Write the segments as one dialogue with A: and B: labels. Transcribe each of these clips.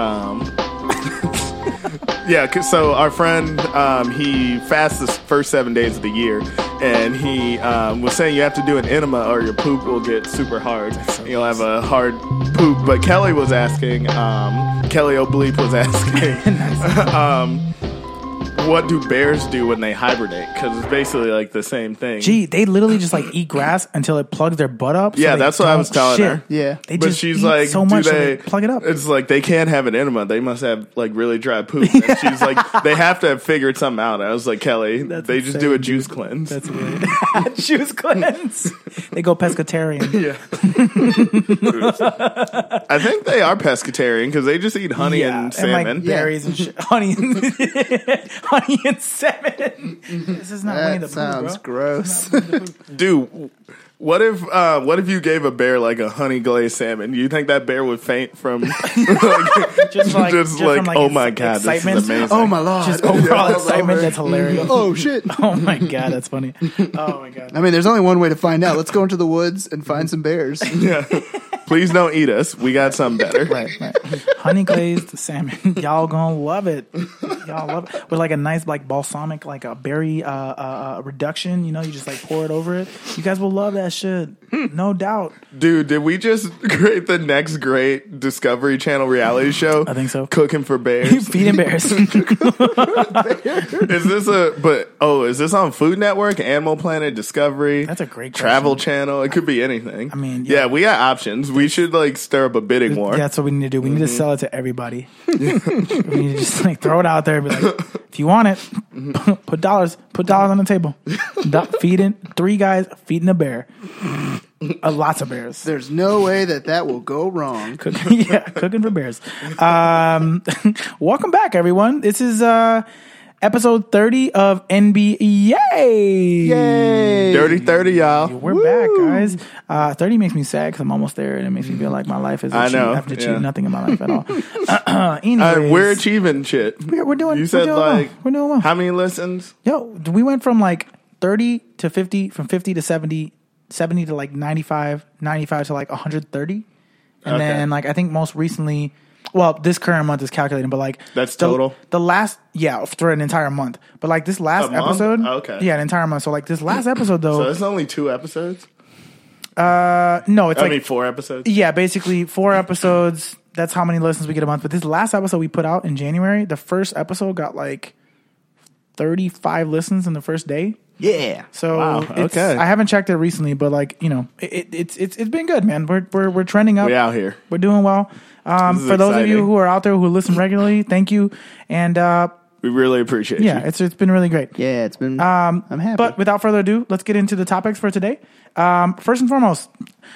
A: Um, yeah, 'cause- so our friend, um, he fasts the first seven days of the year, and he um, was saying you have to do an enema or your poop will get super hard. You'll have a hard poop. But Kelly was asking, um, Kelly O'Bleep was asking, um, what do bears do when they hibernate? Because it's basically like the same thing.
B: Gee, they literally just like eat grass until it plugs their butt up. so
A: Yeah,
B: they
A: that's what I
B: don't
A: was telling
B: shit.
A: her.
C: Yeah.
B: They
A: but
B: just
A: she's
B: eat
A: like,
B: so
A: do
B: much so
A: they,
B: they plug it up.
A: It's like they can't have an enema. They must have like really dry poop. And she's like, they have to have figured something out. I was like, Kelly, they just do a juice cleanse.
B: Juice cleanse. they go pescatarian.
A: yeah. I think they are pescatarian because they just eat honey
B: Yeah,
A: and salmon.
B: like berries and shit. honey, and, honey and salmon. This is not Winnie
C: That
B: the Pooh,
C: sounds
B: bro.
C: gross.
A: Dude, what if uh, what if you gave a bear like a honey glazed salmon? You think that bear would faint from like,
B: Just like,
A: just
B: from,
A: like, oh
B: ex-
A: my god,
B: excitement.
A: this is amazing.
C: oh my lord.
B: Just overall
C: Yeah.
B: excitement. That's hilarious.
C: Oh shit.
B: Oh my god, that's funny. Oh my god.
C: I mean, there's only one way to find out. Let's go into the woods and find some bears.
A: Yeah. Please don't eat us. We got something better.
C: right, right.
B: Honey glazed salmon. Y'all gonna love it. Y'all love it. With like a nice like balsamic like a berry uh, uh, uh reduction, you know, you just like pour it over it. You guys will love that shit. No doubt.
A: Dude, did we just create the next great Discovery Channel reality show? I
B: think so.
A: Cooking for
B: You
A: bears.
B: feeding bears.
A: is this a but oh, is this on Food Network, Animal Planet, Discovery?
B: That's a great question.
A: Travel channel. It could be anything. I
B: mean,
A: yeah.
B: yeah.
A: we got options. We should like stir up a bidding war.
B: That's what we need to do. We need to sell it to everybody. we need to just like throw it out there and be like, if you want it, put dollars, put dollars on the table. Do- feeding three guys feeding a bear. Uh, lots of bears.
C: There's no way that that will go wrong.
B: Cooking, yeah, cooking for bears. Um, welcome back, everyone. This is uh, episode thirty of NBA.
C: Yay!
A: Dirty thirty, y'all.
B: We're back, guys. Uh, thirty makes me sad because I'm almost there, and it makes me feel like my life is. a
A: I
B: cheat.
A: know,
B: I have to
A: yeah.
B: achieve nothing in my life at all. Anyways,
A: Uh, we're achieving shit.
B: we're, we're doing.
A: You
B: we're
A: said
B: doing well.
A: like
B: we're doing well.
A: How many listens?
B: Yo, we went from like 30 to 50, from 50 to 70, 70 to like 95, 95 to like 130. And then like I think most recently, well, this current month is calculating, but like
A: That's
B: the-
A: total?
B: The last yeah, for an entire month. But like this last
A: A month? Oh,
B: episode,
A: Okay.
B: yeah, an entire month. So like this last episode
A: So
B: though,
A: it's only two episodes.
B: uh, no, it's
A: I
B: like
A: mean, four episodes.
B: yeah, basically four episodes. That's how many listens we get a month. But this last episode we put out in January, the first episode got like thirty five listens in the first day.
C: Yeah.
B: So
A: Wow,
B: it's-
A: okay.
B: I haven't checked it recently, but like you know, it, it, it's it's it's been good, man. We're we're we're trending up.
A: We out here.
B: We're doing well. Um,
A: This is
B: for those of you
A: exciting.
B: who are out there who listen regularly, thank you. And uh,
A: We really appreciate
B: yeah,
A: you.
B: it's it's been really great.
C: Yeah, it's been. Um, I'm happy.
B: But without further ado, let's get into the topics for today. Um, first and foremost,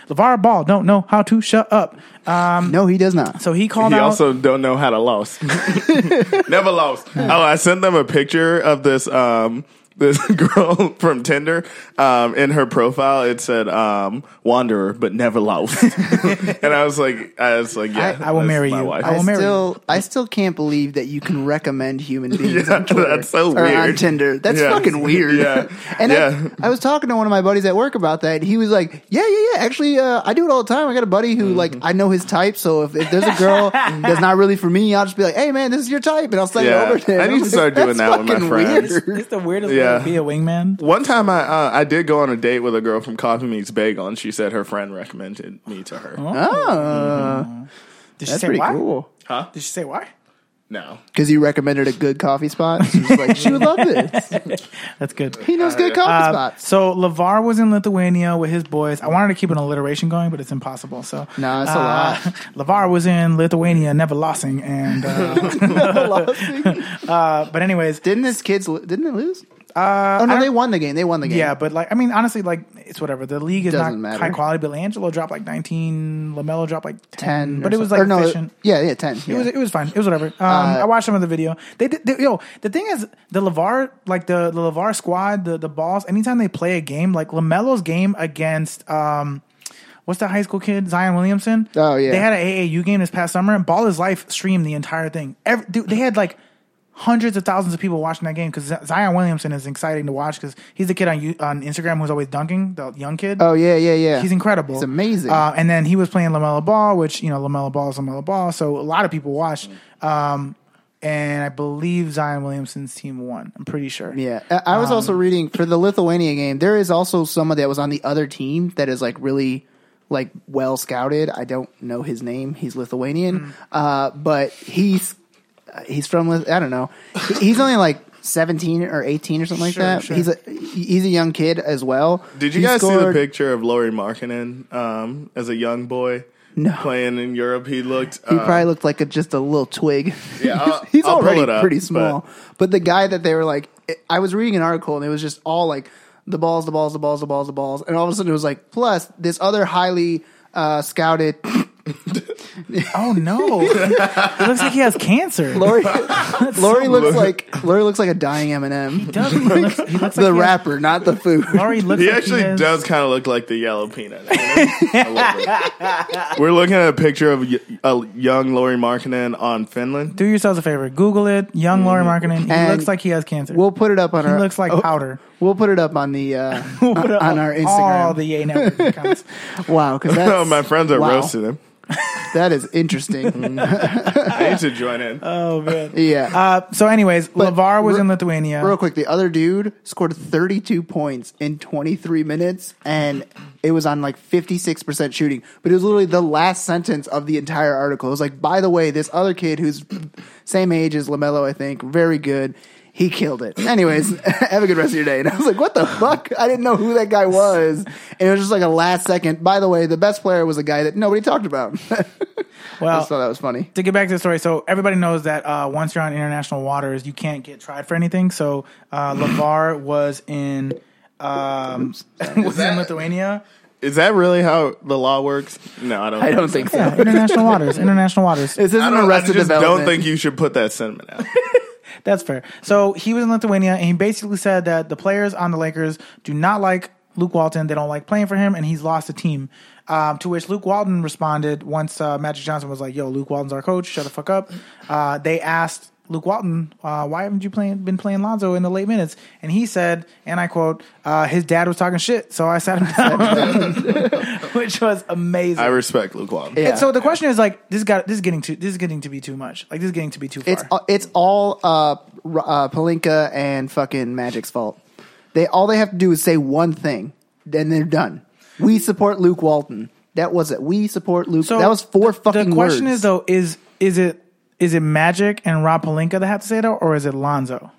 B: LeVar Ball don't know how to shut up.
C: no, he does not.
B: So he called
A: He
B: out.
A: also don't know how to lose. Never lost. Oh, I sent them a picture of this um this girl from Tinder. Um, in her profile, it said um wanderer, but never lost. and I was like, I was like, yeah,
B: I will
A: that's
B: marry
A: my
B: you.
A: wife.
B: I
C: I
B: will marry
C: still, I still can't believe that you can recommend human beings
A: Yeah,
C: on Twitter.
A: that's so
C: or on
A: weird.
C: Tinder. That's
A: Yeah.
C: fucking weird.
A: Yeah.
C: and
A: Yeah.
C: I, I was talking to one of my buddies at work about that. And he was like, "Yeah, yeah, yeah. Actually, uh, I do it all the time. I got a buddy who, like,
A: Mm-hmm.
C: I know his type. So if, if there's a girl that's not really for me, I'll just be like, "Hey, man, this is your type," and I'll send
A: Yeah.
C: it over to him.
A: I need
C: I'm
A: to
C: like,
A: start doing
C: "That's
A: that with my
C: fucking
A: friends."
C: weird.
B: It's the weirdest
A: Yeah.
B: way to be a wingman.
A: One time, I uh, I did go on a date with a girl from Coffee Meets Bagel, and she said her friend recommended me to her. Mm-hmm.
C: Oh,
B: Did she
C: that's
B: say
C: pretty
B: why?
C: cool.
A: Huh?
B: Did she say why?
A: No,
C: Because you recommended a good coffee spot. She was like, "She would love this.
B: That's good.
C: He
A: Uh,
C: knows good coffee
B: Um,
C: spots."
B: Uh, So Lavar was in Lithuania with his boys. I wanted to keep an alliteration going, but it's impossible. So
C: No, it's a lot.
B: Lavar was in Lithuania, never losing, and uh, uh, but anyways,
C: Didn't this kids? lo- Didn't they lose? Uh, oh no, they won the game. They won the game.
B: yeah. But like, I mean, honestly, like it's whatever. The league is
C: Doesn't
B: not
C: matter.
B: high quality, but Angelo dropped like nineteen, Lamelo dropped like ten,
C: ten.
B: but
C: or
B: it was
C: so-
B: like
C: or no,
B: efficient.
C: yeah, yeah, ten. yeah.
B: It was it was fine. It was whatever. Um,
C: Uh,
B: I watched some of the video. They did they, yo. The thing is, the Levar like the the Levar squad, the the balls. Anytime they play a game, like Lamelo's game against um, what's that high school kid Zion Williamson?
C: Oh, yeah.
B: they had an AAU game this past summer, and Ball is Life streamed the entire thing. Every, dude, they had like hundreds of thousands of people watching that game because Zion Williamson is exciting to watch because he's the kid on you on Instagram who's always dunking, the young kid.
C: Oh yeah, yeah, yeah.
B: He's incredible.
C: He's amazing.
B: Uh, and then he was playing Lamella Ball, which you know Lamella Ball is Lamella Ball, so a lot of people watched. Um, and I believe Zion Williamson's team won. I'm pretty sure.
C: Yeah, I, I was
B: Um,
C: also reading for the Lithuania game. There is also someone that was on the other team that is like really like well scouted. I don't know his name. He's Lithuanian,
B: Hmm.
C: uh, but he's uh, he's from Lith- I don't know. He- He's only like. 17 or 18 or something like
B: Sure,
C: that.
B: sure.
C: He's a he's a young kid as well.
A: Did you
C: He
A: guys see the
C: scored-
A: picture of Laurie Markkinen um, as a young boy
C: No.
A: playing in Europe? He looked.
C: He
A: um,
C: probably looked like a, just a little twig.
A: Yeah, I'll-
C: he's
A: I'll pull
C: already
A: it up,
C: pretty
A: but-
C: small. But, the guy that they were like, I was reading an article and it was just all like the balls, the balls, the balls, the balls, the balls, and all of a sudden it was like, plus this other highly uh, scouted
B: Oh no! it looks like he has cancer.
C: Lori. Lori
B: so
C: looks like Lori looks like a dying Eminem.
B: Does he? He looks, he looks
C: The
B: like he has-
C: rapper, not the food.
B: Laurie looks
A: He
B: like
A: actually
B: he has,
A: does kind of look like the yellow peanut. A little bit. We're looking at a picture of y- a young Lori Markkinen on Finland.
B: Do yourselves a favor. Google it. Young Laurie Markkinen. He
C: Mm. And
B: looks like he has cancer.
C: We'll Oh. put it up on
B: he
C: our.
B: looks like powder.
C: We'll put it up on the uh,
B: We'll put it
C: on our
B: All
C: Instagram.
B: the Yay Network accounts.
C: wow, because
A: Oh, my friends are
C: wow,
A: roasting him.
C: That is interesting.
A: I need to join in.
B: Oh man.
C: yeah.
B: Uh, so, anyways, Lavar was
C: re-
B: in Lithuania.
C: Real quick, the other dude scored 32 points in 23 minutes, and it was on like 56% shooting. But it was literally the last sentence of the entire article. It was like, by the way, this other kid who's same age as LaMelo, I think, very good. He killed it. Anyways, have a good rest of your day. And I was like, what the fuck? I didn't know who that guy was. And it was just like a last second. By the way, the best player was a guy that nobody talked about. I
B: well,
C: just thought that was funny.
B: to get back to the story, so everybody knows that uh, once you're on international waters, you can't get tried for anything. So uh, Lavar was in um, was in Lithuania.
A: Is that really how the law works? No, I don't.
C: I don't think so.
B: Yeah, international waters. International waters.
C: This
A: I
C: isn't
A: don't, I
C: arrested
A: just
C: development.
A: don't think you should put that sentiment out.
B: That's fair. So he was in Lithuania, and he basically said that the players on the Lakers do not like Luke Walton. They don't like playing for him, and he's lost the team. Um, to which Luke Walton responded once uh, Magic Johnson was like, "Yo, Luke Walton's our coach. Shut the fuck up." Uh, they asked Luke Walton, uh, "Why haven't you playing, been playing Lonzo in the late minutes?" And he said, and I quote, uh, "His dad was talking shit, so I sat him down," which was amazing.
A: I respect Luke Walton.
C: Yeah.
B: And so the question is like, this got this is getting too this is getting to be too much. Like this is getting to be too far.
C: It's it's all uh, R- uh Palinka and fucking Magic's fault. They all they have to do is say one thing, then they're done. We support Luke Walton. That was it. We support Luke. that was four
B: the,
C: fucking
B: The question
C: words.
B: is though is is it is it Magic and Rob Palinka that have to say that, or is it Lonzo?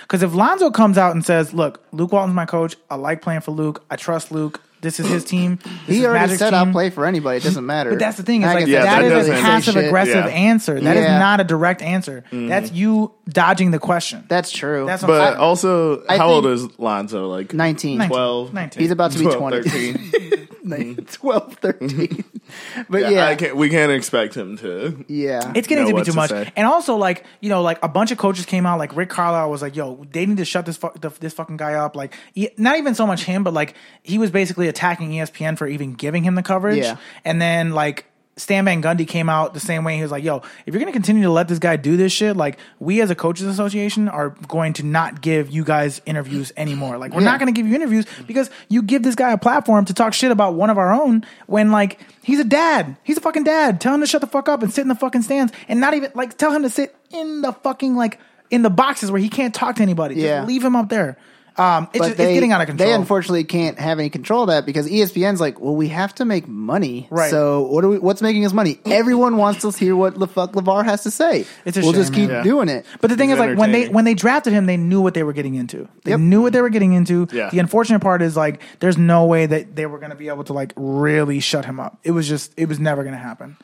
B: Because if Lonzo comes out and says, "Look, Luke Walton's my coach. I like playing for Luke. I trust Luke. This is his team. This
C: he
B: is
C: already
B: Magic's
C: said
B: team.
C: I'll play for anybody. It doesn't matter.
B: But that's the thing. It's
C: I
B: like
C: guess
A: Yeah,
B: that
A: that
B: is a
A: doesn't say
B: passive aggressive
A: Yeah.
B: answer. That is
C: Yeah. Mm.
B: not a direct answer. That's you dodging the question.
C: That's true.
B: That's what
A: But
B: I'm-
A: also,
C: I
A: how old
C: think-
A: is Lonzo? Like
C: nineteen.
B: 19.
A: 12?
B: 19.
C: He's about to be
A: 12,
C: 20.
A: 13?
C: 12, 13. but
A: yeah, I
C: yeah,
A: can't, we can't expect him to.
C: yeah.
B: It's getting
A: know
B: to be
A: what
B: too
A: to
B: much.
A: say.
B: And also, like you know, like a bunch of coaches came out. Like Rick Carlisle was like, "Yo, they need to shut this fu- the, this fucking guy up." Like, he, not even so much him, but like he was basically attacking E ESPN for even giving him the coverage.
C: Yeah.
B: And then like Stan Van Gundy came out the same way. He was like, "Yo, if you're gonna continue to let this guy do this shit, like we as a coaches association are going to not give you guys interviews anymore. Like we're
C: Yeah.
B: not gonna give you interviews because you give this guy a platform to talk shit about one of our own when like he's a dad. He's a fucking dad. Tell him to shut the fuck up and sit in the fucking stands and not even like tell him to sit in the fucking like in the boxes where he can't talk to anybody.
C: Yeah.
B: Just leave him up there. Um, it's, just, it's getting out of control.
C: They unfortunately can't have any control of that because E ESPN's like, well, we have to make money.
B: Right.
C: So what are we? What's making us money? Everyone wants to hear what the fuck Levar has to say.
B: It's a
C: we'll
B: shame,
C: just keep
B: man.
A: Yeah.
C: doing it.
B: But the thing
A: He's
B: is, like when they
A: entertaining.
B: when they drafted him, they knew what they were getting into. They
C: Yep.
B: knew what they were getting into.
A: Yeah.
B: The unfortunate part is like there's no way that they were going to be able to like really shut him up. It was just it was never going to happen.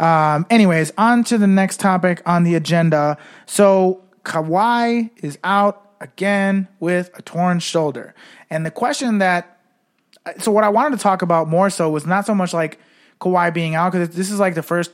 B: Um, anyways, on to the next topic on the agenda. So Kawhi is out again with a torn shoulder, and the question that so what I wanted to talk about more so was not so much like Kawhi being out because this is like the first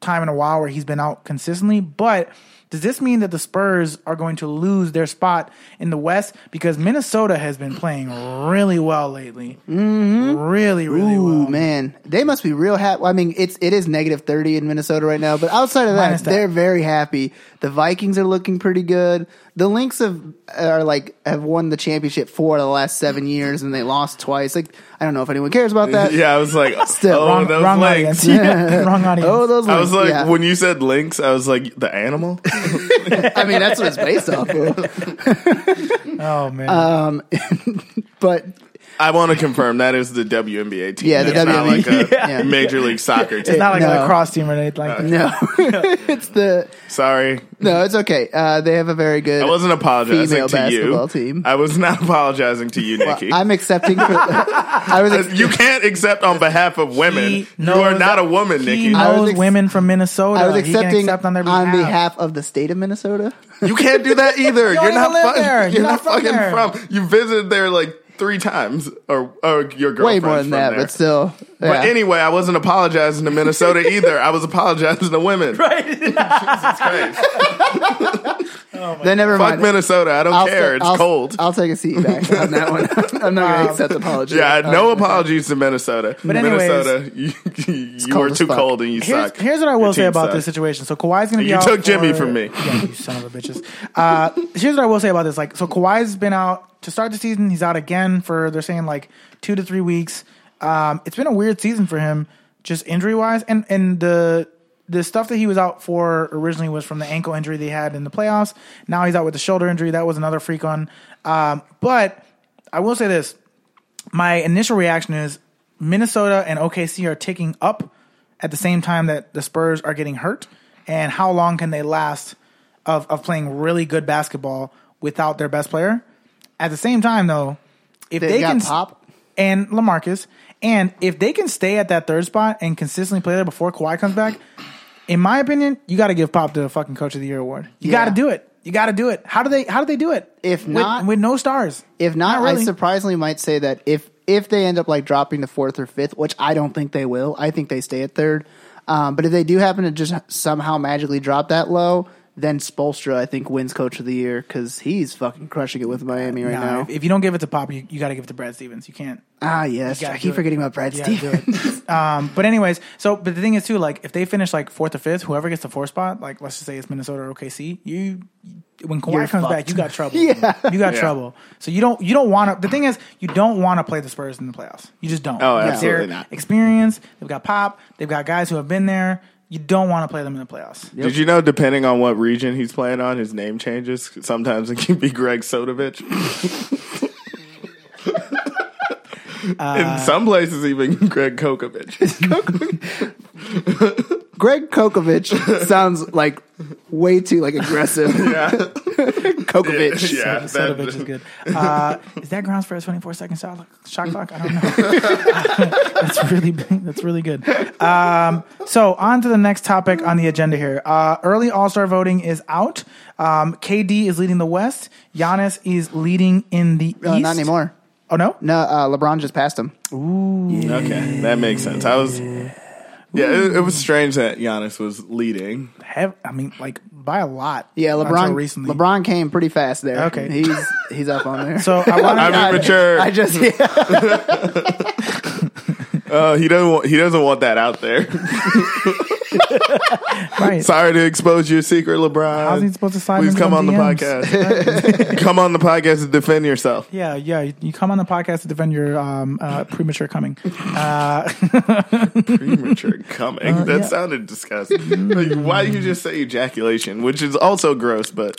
B: time in a while where he's been out consistently. But does this mean that the Spurs are going to lose their spot in the West? Because Minnesota has been playing really well lately. Really, really
C: Mm-hmm. Ooh
B: well.
C: man, they must be real happy. I mean, it's it is negative thirty in Minnesota right now, but outside of that,
B: Minus that.
C: they're very happy. The Vikings are looking pretty good. The Lynx have are like have won the championship four of the last seven years, and they lost twice. Like I don't know if anyone cares about that.
A: yeah, I was like,
C: Still,
A: oh,
B: Wrong,
A: those
B: wrong
A: links.
B: audience. wrong audience.
C: Oh, those.
A: I was like,
C: Lynx, yeah.
A: when you said links, I was like, the animal?
C: I mean, that's what it's based off of.
B: Oh, man.
C: Uh, But
A: I want to confirm that is the WNBA team.
C: Yeah, the
A: That's not
C: WNBA.
A: like a
C: Yeah.
A: Major League Soccer team.
B: it's not like
C: no.
B: a cross team or anything
A: Uh,
B: like that.
C: no, it's the
A: Sorry.
C: no. It's okay. Uh, they have a very good.
A: I wasn't apologizing
C: Female
A: to you.
C: basketball team.
A: I was not apologizing to you, Nikki.
C: I'm accepting. For, I was. ex-
A: you can't accept on behalf of women.
B: He
A: you
B: knows
A: are not a woman,
B: he
A: Nikki.
C: I was
B: knows
C: ex-
B: women from Minnesota.
C: I was
B: He can
C: accepting
B: accept on their behalf.
C: on behalf of the state of Minnesota.
A: You can't do that either.
B: You
A: You are
B: don't
A: not
B: even live
A: fucking.
B: there.
A: You're,
B: You're
A: not,
B: not from
A: fucking
B: there.
A: from. You visited there like three times, or or your girlfriend.
C: Way more than that, but still.
A: But
C: yeah.
A: anyway, I wasn't apologizing to Minnesota either. I was apologizing to women. Right? Jesus Christ!
C: then never
A: Fuck
C: mind.
A: Minnesota. I don't care.
C: ta-
A: it's
C: I'll-
A: cold.
C: I'll take a seat back on that one. I'm not going to accept apology.
A: yeah,
C: Um,
A: no apologies to Minnesota. But
B: anyways-
A: Minnesota, you, you
C: cold
A: were
C: as
A: too
C: fuck.
A: cold and you
B: Here's,
A: suck.
B: here's what I will
A: Your
B: say
A: team
B: about
A: sucks.
B: this situation. So Kawhi's going to be
A: You
B: out.
A: took Jimmy
B: for-
A: from me.
B: Yeah, you son of a bitches. Uh, here's what I will say about this. Like, so Kawhi's been out to start the season. He's out again for they're saying like two to three weeks. Um, it's been a weird season for him, just injury wise, and and the the stuff that he was out for originally was from the ankle injury they had in the playoffs. Now he's out with the shoulder injury. That was another freak on. Um, but I will say this my initial reaction is Minnesota and OKC are ticking up at the same time that the Spurs are getting hurt. And how long can they last of, of playing really good basketball without their best player? At the same time, though, if
C: They
B: they,
C: got
B: can
C: Pop.
B: and Lamarcus, and if they can stay at that third spot and consistently play there before Kawhi comes back, in my opinion, you got to give Pop the fucking Coach of the Year award. You got
C: Yeah.
B: to do it. You got to do it. How do they? How do they do it?
C: If
B: With-
C: not-
B: with, no stars.
C: If not,
B: Not really.
C: I surprisingly might say that if if they end up like dropping to fourth or fifth, which I don't think they will, I think they stay at third. Um, but if they do happen to just somehow magically drop that low, then Spolstra I think wins Coach of the Year because he's fucking crushing it with Miami right
B: Nah,
C: now.
B: If, if you don't give it to Pop, you, you got to give it to Brad Stevens. You can't.
C: ah, yes,
B: gotta
C: I
B: do
C: keep
B: it.
C: forgetting about Brad
B: You gotta do
C: Stevens.
B: it. um, but anyways, so but the thing is too, like if they finish like fourth or fifth, whoever gets the fourth spot, like let's just say it's Minnesota or OKC, you when Kawhi
C: You're
B: comes back,
C: fucked.
B: you got trouble.
C: Yeah.
B: you got
A: Yeah.
B: trouble. So you don't you don't want to. The thing is, you don't want to play the Spurs in the playoffs. You just don't.
A: Oh,
B: They're
A: absolutely not.
B: Experience. They've got Pop. They've got guys who have been there. You don't want to play them in the playoffs.
A: Did you know, depending on what region he's playing on, his name changes? Sometimes it can be Greg Sodovich.
B: Uh,
A: In some places, even Greg Kokovich.
C: Greg Kokovich sounds like way too like aggressive.
A: Yeah.
C: Kokovich.
A: Yeah,
B: Soda
A: that-
B: bitch is good. Uh, is that grounds for a 24 second shot, shot clock? I don't know. that's really that's really good. Um, so on to the next topic on the agenda here. Uh, early All Star voting is out. Um, KD is leading the West. Giannis is leading in the
C: Uh,
B: East.
C: not anymore.
B: Oh no.
C: No, uh, LeBron just passed him.
A: Okay, that makes sense. I was. Yeah, it, it was strange that Giannis was leading.
B: Have, I mean, like by a lot.
C: Yeah,
B: Until
C: LeBron.
B: recently.
C: LeBron came pretty fast there.
B: Okay.
C: he's he's up on there.
B: So I want.
A: I'm immature.
C: I just yeah.
A: Uh, he doesn't. Want, he doesn't want that out there.
B: right.
A: Sorry to expose your secret, LeBron.
B: How's he supposed to sign
A: Please
B: into
A: come
B: them
A: on
B: DMs?
A: the podcast. come on the podcast and defend yourself.
B: Yeah, yeah. you- You come on the podcast to defend your um, uh, premature coming.
A: premature coming. that
B: Uh, yeah.
A: sounded disgusting. like, why did you just say ejaculation, which is also gross? But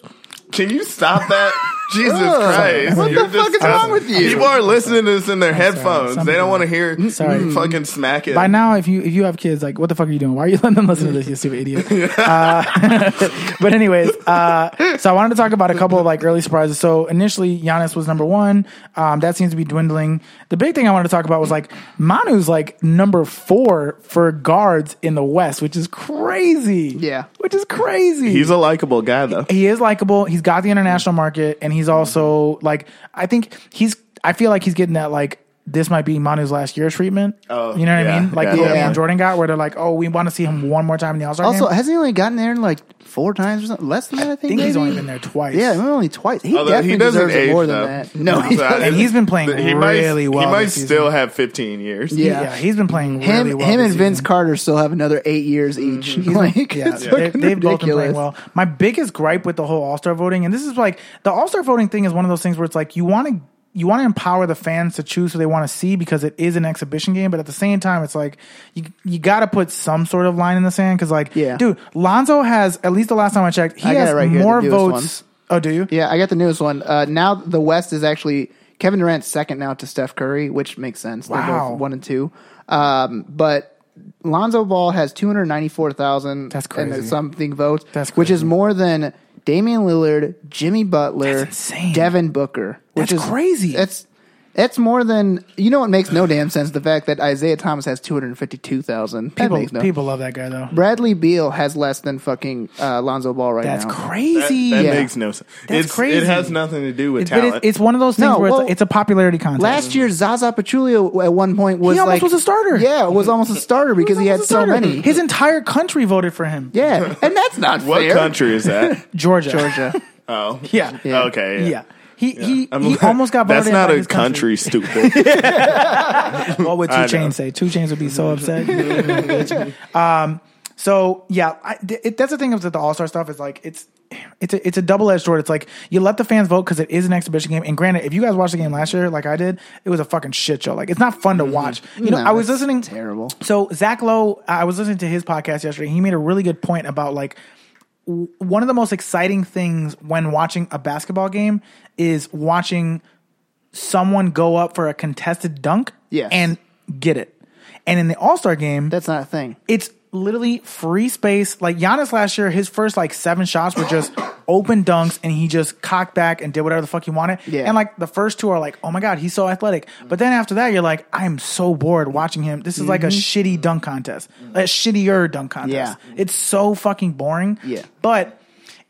A: can you stop that? Jesus Christ!
B: What
A: You're
C: the fuck is
A: disgusting.
C: wrong with you?
A: People are listening to this in their headphones.
B: Something
A: They don't
B: wrong.
A: want to hear
B: Sorry.
A: mm, fucking smack it.
B: By now, if you if you have kids, like what the fuck are you doing? Why are you letting them listen to this, you stupid idiot? Uh, but anyways, uh, so I wanted to talk about a couple of like early surprises. So initially, Giannis was number one. Um, that seems to be dwindling. The big thing I wanted to talk about was like Manu's like number four for guards in the West, which is crazy.
C: Yeah.
B: which is crazy.
A: He's a likable guy, though.
B: he is likable. He's got the international market, and he's also like I think he's. I feel like he's getting that like this might be Manu's last year's treatment.
A: Oh,
B: you know what
A: yeah,
B: I mean? Like
A: yeah.
B: what
C: Yeah.
B: Jordan got, where they're like, "Oh, we want to see him one more time in the All Star
C: Also,
B: game."
C: hasn't he only gotten there like four times or something? Less than that, I
B: I
C: think.
B: think he's
C: maybe?
B: only been there twice.
C: Yeah, maybe only twice. He
A: Although
C: definitely
A: he doesn't
C: deserves it
A: age
C: more
A: though.
C: than that. No, he
A: So,
C: doesn't.
B: And he's been playing really
A: might,
B: well
A: He might
B: this season.
A: still have 15 years.
C: Yeah.
B: yeah, he's been playing
C: him,
B: really well.
C: him
B: this
C: and
B: season.
C: Vince Carter still have another eight years each. Like,
B: Yeah,
C: it's
B: they-
C: fucking
B: they've both been playing
C: ridiculous.
B: well. My biggest gripe with the whole All Star voting, and this is like the All Star voting thing, is one of those things where it's like you want to you want to empower the fans to choose who they want to see because it is an exhibition game, but at the same time, it's like you you got to put some sort of line in the sand because like,
C: Yeah.
B: dude, Lonzo has at least the last time I checked, he
C: I got
B: has
C: it right here,
B: more
C: the newest
B: votes. Oh, do you?
C: Yeah, I got the newest one. Uh, now the West is actually Kevin Durant's second now to Steph Curry, which makes sense. They're
B: Wow.
C: both one and two. Um, but Lonzo Ball has two hundred ninety four thousand
B: That's
C: and
B: crazy.
C: something votes,
B: That's
C: which is
B: crazy.
C: more than Damian Lillard, Jimmy Butler,
B: That's insane.
C: Devin Booker, which
B: That's
C: is
B: crazy.
C: That's that's more than you know. What makes no damn sense the fact that Isaiah Thomas has two hundred fifty two thousand. That
B: People
C: makes no.
B: people love that guy though.
C: Bradley Beal has less than fucking uh, Lonzo Ball right
B: That's
C: now.
A: That,
B: crazy.
A: that
C: Yeah.
A: makes no sense.
B: That's
A: it's, It
B: crazy.
A: has nothing to do with
B: It's- but
A: talent.
B: it's, it's one of those things
C: No,
B: where
C: well,
B: it's, a, it's a popularity contest.
C: Last year, Zaza Pachulia at one point was
B: He almost
C: like
B: was a starter.
C: Yeah, was almost a starter because he had
B: He's
C: so
B: almost a starter.
C: many.
B: His entire country voted for him.
C: yeah, and that's not
A: what
C: fair.
A: country is that?
B: Georgia.
C: Georgia.
A: Oh,
B: Yeah.
C: Yeah.
A: Okay.
B: Yeah. He he,
A: I'm
B: he
A: like,
B: almost got voted
A: That's not
B: out
A: a
B: of his
A: country,
B: country.
A: stupid.
B: What would
A: I
B: Two
A: know.
B: Chains say? Two Chains would be so upset. um. So yeah, I, th- it, that's the thing with the All Star stuff is like it's. It's a, it's a double edged sword. It's like you let the fans vote because it is an exhibition game. And granted, if you guys watched the game last year, like I did, it was a fucking shit show. Like it's not fun to watch. You know,
C: Mm-hmm. No,
B: I was
C: that's
B: listening.
C: terrible.
B: So Zach Lowe, I was listening to his podcast yesterday. He made a really good point about like w- one of the most exciting things when watching a basketball game is watching someone go up for a contested dunk
C: Yes.
B: and get it. And in the All Star game,
C: That's not a thing.
B: it's literally free space. Like Giannis last year, his first like seven shots were just open dunks, and he just cocked back and did whatever the fuck he wanted.
C: Yeah.
B: And like the first two are like, oh my god, he's so athletic. But then after that, you're like, I am so bored watching him. This is like a shitty dunk contest, a shittier dunk contest.
C: Mm-hmm. Yeah.
B: It's so fucking boring.
C: Yeah.
B: But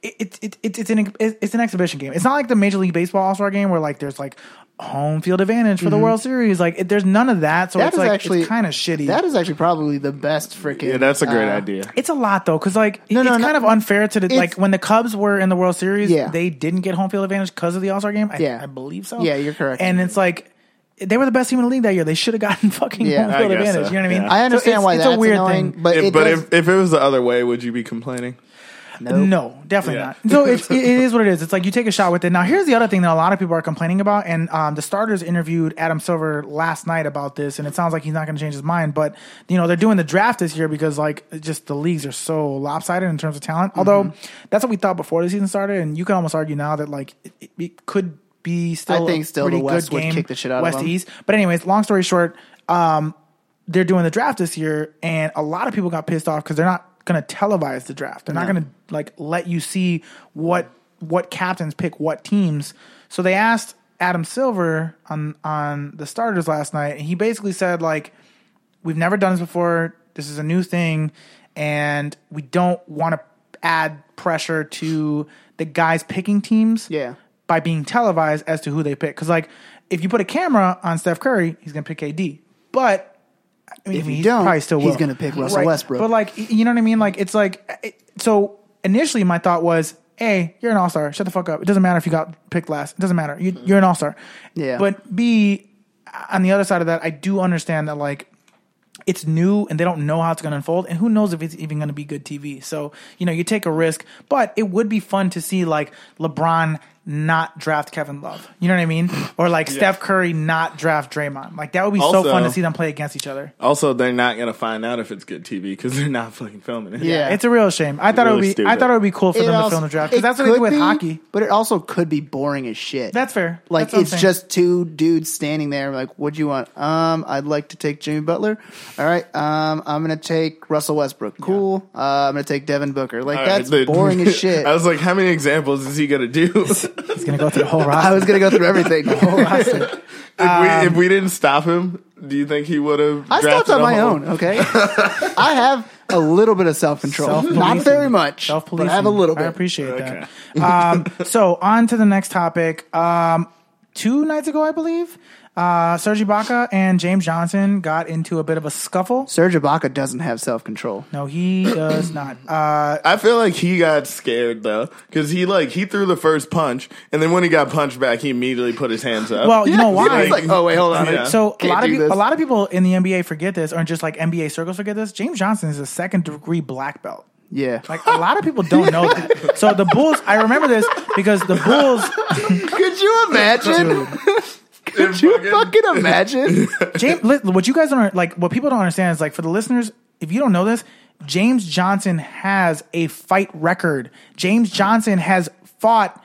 B: it, it, it, it's an it's an exhibition game. It's not like the Major League Baseball All Star Game where like there's like home field advantage for the World Series. Like it, there's none of that. So
C: Mm-hmm. That
B: it's
C: is
B: like
C: actually
B: it's kind of shitty.
C: That is actually probably the best freaking.
A: yeah, that's a great
C: uh,
A: idea.
B: It's a lot though, because like
C: No,
B: it's
C: no,
B: kind
C: no.
B: of unfair to the
C: It's-
B: like when the Cubs were in the World Series,
C: Yeah.
B: they didn't get home field advantage because of the All Star game. I,
C: Yeah.
B: I believe so.
C: Yeah, you're correct.
B: And it's like they were the best team in the league that year. They should have gotten fucking
C: Yeah.
B: home
C: I
B: field
A: guess
B: advantage.
A: so.
B: You know what I mean?
A: Yeah.
C: I
B: So
C: understand why
B: it's,
C: that's
B: it's a weird
C: annoying,
B: thing.
C: but
A: If-
C: it
A: but
C: does,
A: if, if it was the other way, would you be complaining?
C: Nope.
B: No, definitely
A: Yeah.
B: not. So it's, it is what it is. It's like you take a shot with it. Now, here's the other thing that a lot of people are complaining about, and um, the starters interviewed Adam Silver last night about this, and it sounds like he's not going to change his mind. But you know, they're doing the draft this year because like just the leagues are so lopsided in terms of talent. Although that's what we thought before the season started, and you can almost argue now that like it, it- it could be still.
C: I think
B: a
C: still the
B: pretty
C: West
B: good
C: would
B: game,
C: kick the shit out of
B: West
C: them.
B: to East. But anyways, long story short, um, they're doing the draft this year, and a lot of people got pissed off because they're not going to televise the draft. They're not going to like let you see what what captains pick what teams. So they asked Adam Silver on on the starters last night, and he basically said like, "We've never done this before. This is a new thing, and we don't want to add pressure to the guys picking teams."
C: Yeah.
B: by being televised as to who they pick. Because like, if you put a camera on Steph Curry, he's gonna pick KD. But I mean,
C: If
B: he
C: you don't,
B: probably still
C: he's
B: will.
C: gonna pick Russell Westbrook.
B: But like, y- you know what I mean? Like, it's like it, so. Initially, my thought was, "Hey, you're an all star. Shut the fuck up. It doesn't matter if you got picked last. It doesn't matter. You, you're an all star."
C: Yeah.
B: But B, on the other side of that, I do understand that like it's new and they don't know how it's going to unfold and who knows if it's even going to be good tv so you know you take a risk but it would be fun to see like lebron not draft kevin love you know what i mean or like steph curry not draft draymond like that would be so
A: Also-
B: fun to see them play against each other
A: Also, they're not going to find out if it's good TV because they're not fucking filming it.
C: Yeah.
B: it's a real shame i thought it would
A: Really
B: be i
A: stupid.
B: thought it would be cool for
C: it
B: them to
C: also-
B: film the draft because
C: it
B: that's what they do
C: could
B: with
C: be,
B: hockey
C: but it also could be boring as shit.
B: that's fair That's
C: Like
B: what I'm
C: it's
B: saying.
C: just two dudes standing there. Like, what do you want? Um, I'd like to take Jimmy Butler. All right. Um, I'm gonna take Russell Westbrook. Cool. Uh, I'm gonna take Devin Booker. Like
A: All right,
C: that's
A: the-
C: boring as shit.
A: I was like, how many examples is he going to do? if,
B: it's gonna go through the whole roster
C: I was gonna go through everything.
A: we, if we didn't stop him, do you think he would have?
C: Um, I stopped on my own. Okay. I have a little bit of self control. Not
B: Self-policing.
C: very much.
B: Self
C: But
B: policing.
C: I have a little
B: I
C: bit.
B: appreciate that. um, so on to the next topic. Um, two nights ago, I believe, Uh, Serge Ibaka and James Johnson got into a bit of a scuffle.
C: Serge Ibaka doesn't have self control.
B: No, he does not. Uh,
A: I feel like he got scared though, because he like he threw the first punch, and then when he got punched back, he immediately put his hands up.
B: well, you know why?
C: It's like, oh wait, hold on.
A: Yeah.
B: So a
C: Can't
B: lot of
C: do
B: people,
C: this.
B: a lot of people in the NBA forget this, or just like NBA circles forget this. James Johnson is a second degree black belt.
C: Yeah.
B: Like a lot of people don't know. That. So the Bulls, I remember this because the Bulls,
C: Could you imagine? Could you fucking imagine?
B: James, li- what you guys don't like, what people don't understand is like for the listeners, if you don't know this, James Johnson has a fight record. James Johnson has fought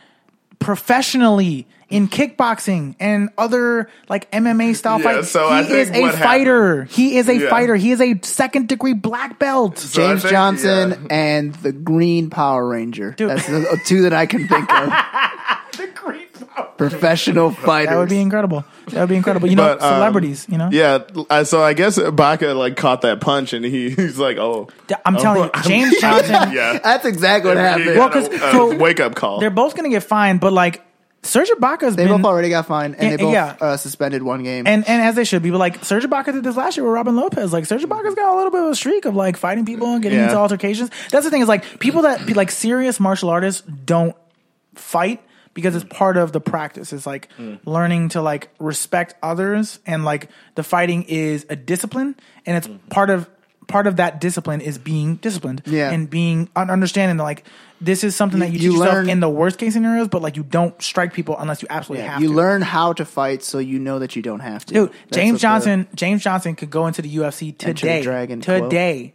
B: professionally in kickboxing and other like MMA style
A: Yeah,
B: fights.
A: so
B: he
A: I
B: is
A: think
B: a
A: what happened-
B: fighter. He is a
A: Yeah.
B: fighter. He is a second degree black belt.
A: So I
C: James
A: think,
C: Johnson
A: yeah.
C: and the Green Power Ranger. That's the two that I can think of. Professional fighters.
B: That would be incredible. That would be incredible. You know,
A: But, um,
B: celebrities. You know,
A: Yeah, I- so I guess Ibaka like caught that punch, and he, he's like, "Oh,
B: I'm telling you, James Johnson.
A: yeah."
C: That's exactly what happened.
B: Well, 'cause- so-
A: wake up call.
B: They're both going to get fined, but like Serge Ibaka's
C: They
B: been
C: both already got fined, and
B: Yeah,
C: they both
B: yeah.
C: uh, suspended one game.
B: and and as they should be. But like Serge Ibaka did this last year with Robin Lopez. Like Serge Ibaka's got a little bit of a streak of like fighting people and getting
A: Yeah.
B: into altercations. That's the thing is like people that be like serious martial artists don't fight because it's part of the practice. It's like learning to like respect others and like the fighting is a discipline and it's part of part of that discipline is being disciplined
C: Yeah.
B: and being un- understanding that, like this is something that you,
C: you
B: teach yourself
C: learn-
B: in the worst case scenarios but like you don't strike people unless you absolutely have
C: you
B: to
C: learn how to fight, so you know that you don't have to.
B: Dude,
C: That's what
B: James
C: the-
B: Johnson, James Johnson could go into the UFC
C: Enter
B: today,
C: the Dragon quote.
B: today,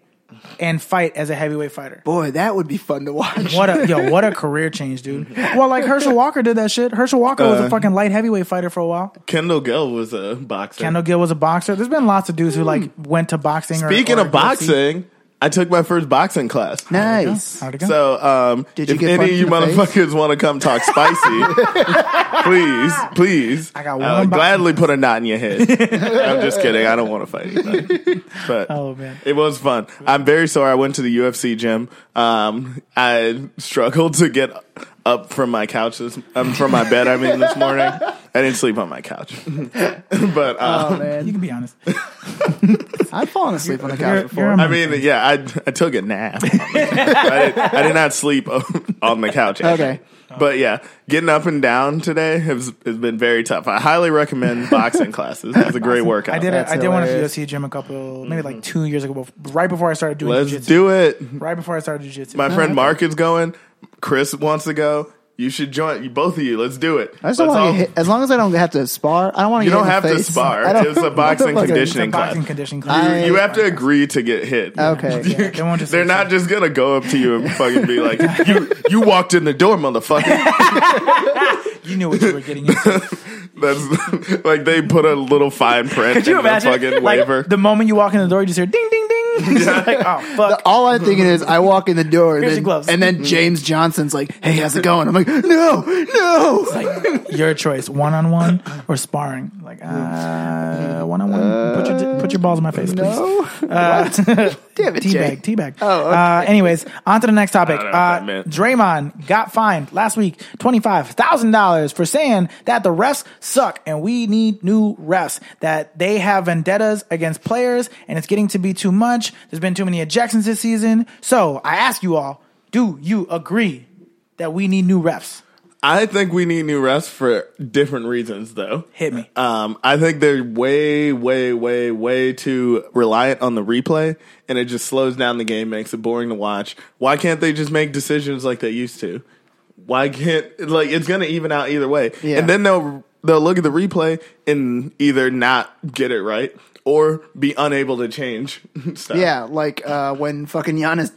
B: and fight as a heavyweight fighter.
C: boy, that would be fun to watch.
B: What a yo, what a career change, dude. Well, like Herschel Walker did that shit. Herschel Walker was a
A: Uh,
B: fucking light heavyweight fighter for a while.
A: Kendall Gill was a boxer.
B: Kendall Gill was a boxer. There's been lots of dudes who like went to boxing. or-
A: Hmm. Speaking
B: or
A: of boxing, I took my first boxing class.
C: nice.
B: How'd it go?
A: So, um,
C: Did you
A: if
C: get
A: any
C: punched
A: of you
C: in the face?
A: motherfuckers want to come talk spicy, please, please,
B: I got
A: I'll
B: one bo-
A: gladly put a knot in your head. I'm just kidding. I don't want to fight anybody. But
B: Oh, man.
A: it was fun. I'm very sorry. I went to the UFC gym. Um, I struggled to get up from my couch this, um, from my bed. I mean, this morning I didn't sleep on my couch, but um,
C: Oh
B: you
C: man,
B: can be honest.
C: I've fallen asleep on the
B: you're-
C: couch
B: you're
C: before.
B: a
A: I mean, yeah, I, I took a nap. I, did, I did not sleep on the couch. actually.
C: Okay.
A: But yeah, getting up and down today has, has been very tough. I highly recommend boxing classes. It's a great workout.
B: I did it.
C: That's
B: I did one at the
C: hilarious.
B: UFC gym a couple, maybe like two years ago, bef- right before I started doing
A: Hmm. Let's
B: jiu-jitsu.
A: do it.
B: Right before I started jiu-jitsu.
A: My friend Mark is going. Chris wants to go. You should join. You, both of you. Let's do it.
C: I just
A: Let's
C: don't want
A: all-
C: to get hit. As long as I don't have to spar, I don't want to.
A: You
C: get
A: don't
C: hit in
A: have
C: the
A: to
C: face.
A: spar.
C: I don't-
A: It's a boxing
C: Motherfucker.
A: conditioning
B: boxing
A: class.
B: conditioning class.
C: I-
A: You have to agree to get hit.
C: Okay.
B: Yeah, they won't just
A: They're not just gonna go up to you and fucking be like, "You you walked in the door, motherfucker."
B: You knew what you were getting into.
A: That's like they put a little fine print
B: Could you
A: in the
B: imagine?
A: fucking
B: like,
A: waiver.
B: The moment you walk in the door, you just hear ding, ding, ding. It's like, oh, fuck.
C: All I'm thinking is, I walk in the door, and
B: Here's
C: then,
B: your gloves.
C: and then James Johnson's like, "Hey, how's it going?" I'm like, "No, no."
B: Like, your choice, one on one or sparring. Like, uh, one on one. Put your put your balls in my face,
C: no.
B: please. Uh,
C: Damn it, Jay.
B: teabag, teabag.
C: Oh, okay.
B: uh, anyways, on to the next
A: I
B: topic.
A: don't know what that
B: Uh,
A: meant.
B: Draymond got fined last week twenty five thousand dollars for saying that the refs suck and we need new refs. That they have vendettas against players and it's getting to be too much. There's been too many ejections this season. So I ask you all, do you agree that we need new refs?
A: I think we need new refs for different reasons, though.
B: Hit me.
C: Uh,
A: Um, I think they're way, way, way, way too reliant on the replay, and it just slows down the game, makes it boring to watch. Why can't they just make decisions like they used to? Why can't like it's gonna even out either way,
C: Yeah.
A: and then they'll they'll look at the replay and either not get it right or be unable to change stuff.
C: Yeah, like uh, when fucking Giannis.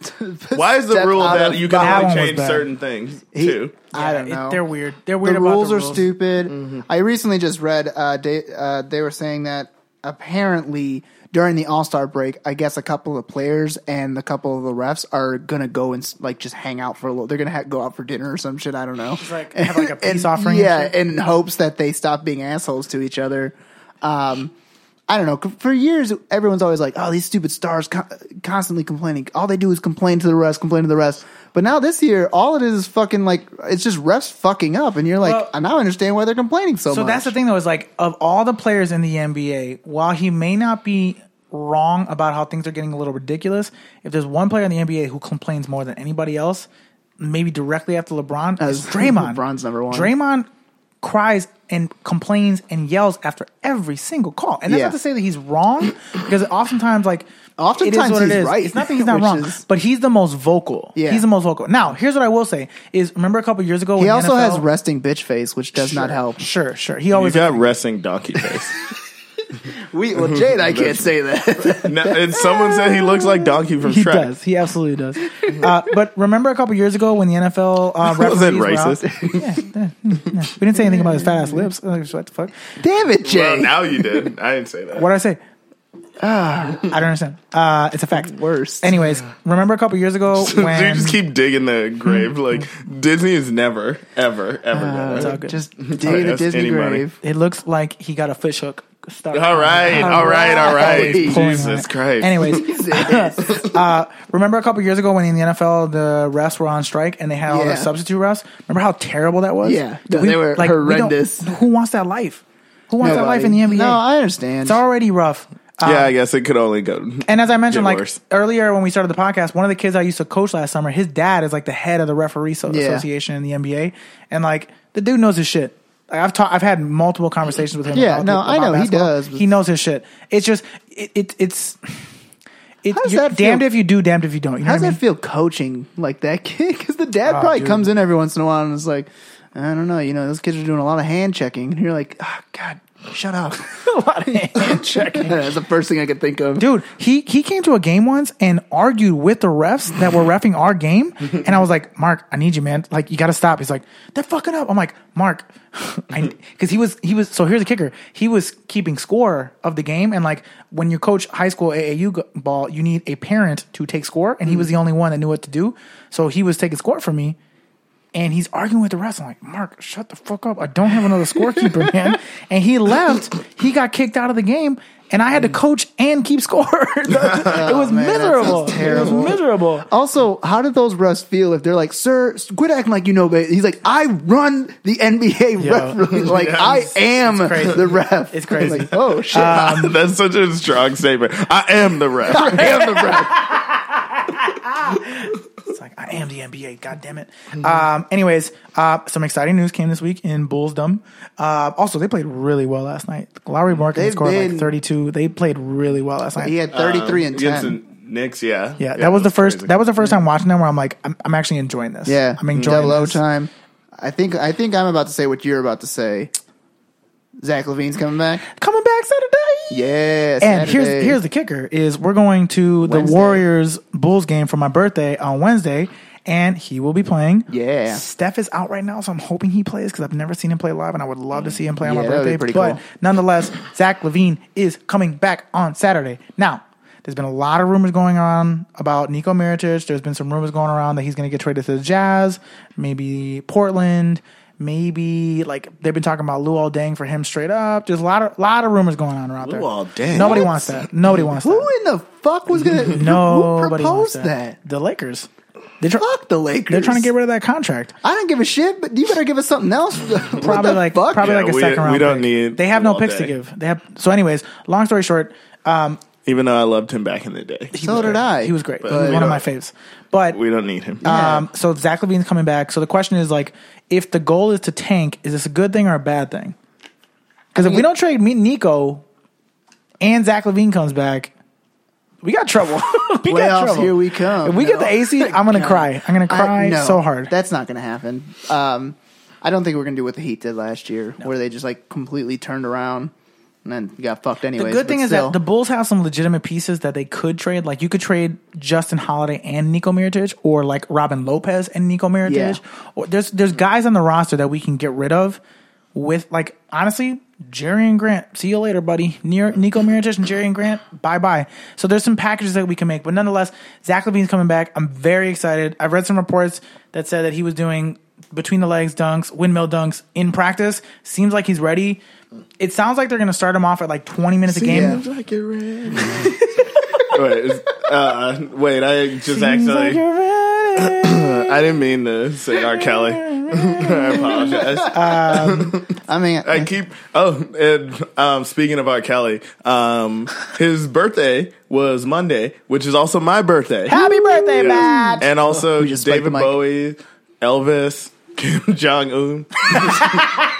A: Why is the
C: stepped
A: rule
C: out
A: that
C: of
A: you
C: bounds.
A: can
B: one
A: only
B: was
A: change
B: bad.
A: certain things
C: He-
A: too?
C: I don't
B: Yeah, it-
C: know.
B: they're weird. They're weird
C: The
B: about
C: rules
B: the
C: are
B: rules. Mm-hmm.
C: stupid. I recently just read uh, they, uh, they were saying that apparently during the All Star break, I guess a couple of players and a couple of the refs are gonna go and like just hang out for a little. They're gonna ha- go out for dinner or some shit. I don't know.
B: like, have, like, a peace
C: And-
B: offering and
C: Yeah,
B: shit?
C: in hopes that they stop being assholes to each other. Um, I don't know. For years, everyone's always like, "Oh, these stupid stars con- constantly complaining. All they do is complain to the refs, complain to the refs." But now this year, all it is is fucking like it's just refs fucking up, and you're like,
B: Well-
C: "I now understand why they're complaining so,
B: So
C: much."
B: that's the thing, though, is like of all the players in the NBA, while he may not be wrong about how things are getting a little ridiculous, if there's one player in the NBA who complains more than anybody else, maybe directly after LeBron, is
C: As
B: Draymond.
C: LeBron's number one.
B: Draymond cries and complains and yells after every single call, and that's
C: Yeah.
B: not to say that he's wrong, because oftentimes, like, it is
C: Oftentimes
B: what
C: he's
B: it is.
C: right,
B: It's not that he's not
C: which
B: wrong,
C: is-
B: but he's the most vocal.
C: Yeah.
B: he's the most vocal. Now, here's what I will say: is remember a couple years ago, when
C: He
B: the
C: also has
B: NFL
C: resting bitch face, which does not help.
B: Sure, sure. He
A: You
B: always
A: got wrestling donkey face.
C: We well, Jade, I can't say that.
A: No, and someone said he looks like Donkey from
B: He
A: Shrek.
B: does. He absolutely does. uh, but remember a couple years ago when the NFL uh,
A: Was that
B: referees were out-
A: racist?
B: We didn't say anything about his fat ass lips. I was like, what the fuck?
C: Damn it, Jay.
A: Well, now you did. I didn't say that.
B: What did I say? Ah, I don't understand. Uh, it's a fact.
C: Worst.
B: Anyways, remember a couple years ago
A: So you
B: when
A: just keep digging the grave. Like Disney is never, ever, ever.
C: Uh,
A: gonna-
B: all good.
C: Just
A: Alright,
C: dig in a
A: that's
C: Disney
A: any money.
C: grave.
B: it looks like he got a fish hook. Start.
A: all right, all right, all right.
C: Alright.
B: Pulling on
A: Jesus
B: it.
A: Christ.
B: Anyways, Uh, remember a couple years ago when in the NFL the refs were on strike and they had all
C: Yeah.
B: the substitute refs. Remember how terrible that was?
C: Yeah. No, they were
B: we don't-
C: horrendous.
B: who wants that life? Who wants that life in the NBA?
C: No, I understand.
B: it's already rough. Um,
A: yeah, I guess it could only go.
B: And as I mentioned,
A: Get
B: like
A: worse.
B: earlier when we started the podcast, one of the kids I used to coach last summer, his dad is like the head of the referee so-
C: Yeah.
B: association in the NBA, and like the dude knows his shit. Like, I've taught, I've had multiple conversations with him.
C: Yeah,
B: about-
C: no, I
B: about
C: know, he
B: basketball.
C: does, but-
B: He knows his shit. It's just it, it it's. It,
C: How does
B: you're
C: that feel?
B: damned if you do, damned if you don't. You know
C: How
B: what
C: does
B: I mean?
C: that feel coaching like that kid? Because the dad probably
B: Oh, dude.
C: comes in every once in a while and is like, I don't know, you know, those kids are doing a lot of hand checking. And you're like, oh, God, shut up.
B: a lot of hand checking.
C: That's the first thing I could think of.
B: Dude, he he came to a game once and argued with the refs that were refing our game, and I was like, "Mark, I need you, man. Like, you got to stop." He's like, "They're fucking up." I'm like, "Mark," because he was he was. So here's the kicker: he was keeping score of the game, and like when you coach high school AAU g- ball, you need a parent to take score, and he was the only one that knew what to do, so he was taking score for me. And he's arguing with the refs. I'm like, Mark, shut the fuck up. I don't have another scorekeeper, man. And he left. He got kicked out of the game, and I had to coach and keep score. it was
C: man, Oh, that
B: miserable.
C: sounds terrible. Oh.
B: It was miserable.
C: Also, how did those refs feel if they're like, "Sir, quit acting like you know"? ba-" He's like, "I run the NBA
B: Yeah.
C: ref, league. like I am
B: crazy.
C: the ref."
B: It's crazy.
C: Like, oh shit!
B: um,
A: That's such a strong statement. I am the ref. Um,
C: I am the ref.
B: It's like I am the NBA. God damn it. Um, anyways, uh, some exciting news came this week in Bullsdom. Uh, also, they played really well last night. Lowry Market
C: They've
B: scored
C: been-
B: like 32. They played really well last night.
C: Uh, He had thirty-three and ten.
A: Against the Knicks, yeah.
B: Yeah, that was the
A: that's
B: first.
A: crazy.
B: That was the first time watching them where I'm like, I'm, I'm actually enjoying this.
C: yeah,
B: I'm enjoying
C: double
B: this.
C: overtime. I think I think I'm about to say what you're about to say. Zach Levine's coming back.
B: Coming back Saturday.
C: Yes,
B: And
C: Saturday.
B: here's here's the kicker: is we're going to the
C: Wednesday.
B: Warriors Bulls game for my birthday on Wednesday, and he will be playing.
C: Yeah.
B: Steph is out right now, so I'm hoping he plays because I've never seen him play live, and I would love to see him play on
C: Yeah,
B: my
C: that would be
B: birthday.
C: pretty
B: but
C: cool.
B: nonetheless, Zach Levine is coming back on Saturday. Now, there's been a lot of rumors going on about Nico Miritich. There's been some rumors going around that he's going to get traded to the Jazz, maybe Portland. Maybe like they've been talking about Luol Deng for him straight up. There's a lot of lot of rumors going on around there.
A: Luol Deng.
B: Nobody
A: What?
B: wants that. Nobody wants
C: who
B: that.
C: in the fuck was gonna
B: Nobody
C: who proposed
B: wants
C: that?
B: The Lakers. They try-
C: Fuck the Lakers.
B: they're trying to get rid of that contract.
C: I don't give a shit, but you better give us something else. What
B: Probably
C: the
B: like
C: fuck?
B: probably
A: Yeah,
B: like a
A: we-
B: second
A: we
B: round.
A: don't
B: pick.
A: need
B: They have no
A: Luol
B: picks to
A: Deng.
B: give. They have so. Anyways, long story short, um,
A: Even though I loved him back in the day,
C: So
B: was
C: did
B: great.
C: I.
B: He was great.
A: But
B: he was
A: we
B: one of
A: don't-
B: my faves. But
A: we don't need him.
B: um, so Zach Levine's coming back. So the question is like, if the goal is to tank, is this a good thing or a bad thing? Because if we don't trade me Nico, and Zach Levine comes back. We got trouble. we
C: Playoffs,
B: got trouble.
C: here we come.
B: If we get
C: No.
B: the AC, I'm gonna cry. I'm gonna
C: I-
B: cry
C: no,
B: so hard.
C: That's not going to happen. Um, I don't think we're going to do what the Heat did last year, where they just like completely turned around and then got fucked anyway.
B: The good thing is that the Bulls have some legitimate pieces that they could trade. Like you could trade Justin Holiday and Nico Miritich, or like Robin Lopez and Nico Miritich.
C: Yeah.
B: Or there's there's guys on the roster that we can get rid of with like honestly, Jerry and Grant. See you later, buddy. Near Nico Miritich and Jerry and Grant. Bye bye. So there's some packages that we can make, but nonetheless, Zach Levine's coming back. I'm very excited. I've read some reports that said that he was doing between the legs dunks, windmill dunks in practice. Seems like he's ready. It sounds like they're going to start him off at like 20 minutes a game.
C: Yeah.
A: Like you're ready. wait, is- uh, wait, I just
B: Seems like
A: actually.
B: you're ready.
A: I didn't mean to say R. Kelly. I apologize.
C: I mean,
A: I keep. Oh, and um, speaking of R. Kelly, um, his birthday was Monday, which is also my birthday.
B: Happy birthday, Matt.
A: And also
C: just spiked the
A: David
C: mic.
A: Bowie, Elvis, Kim Jong Un.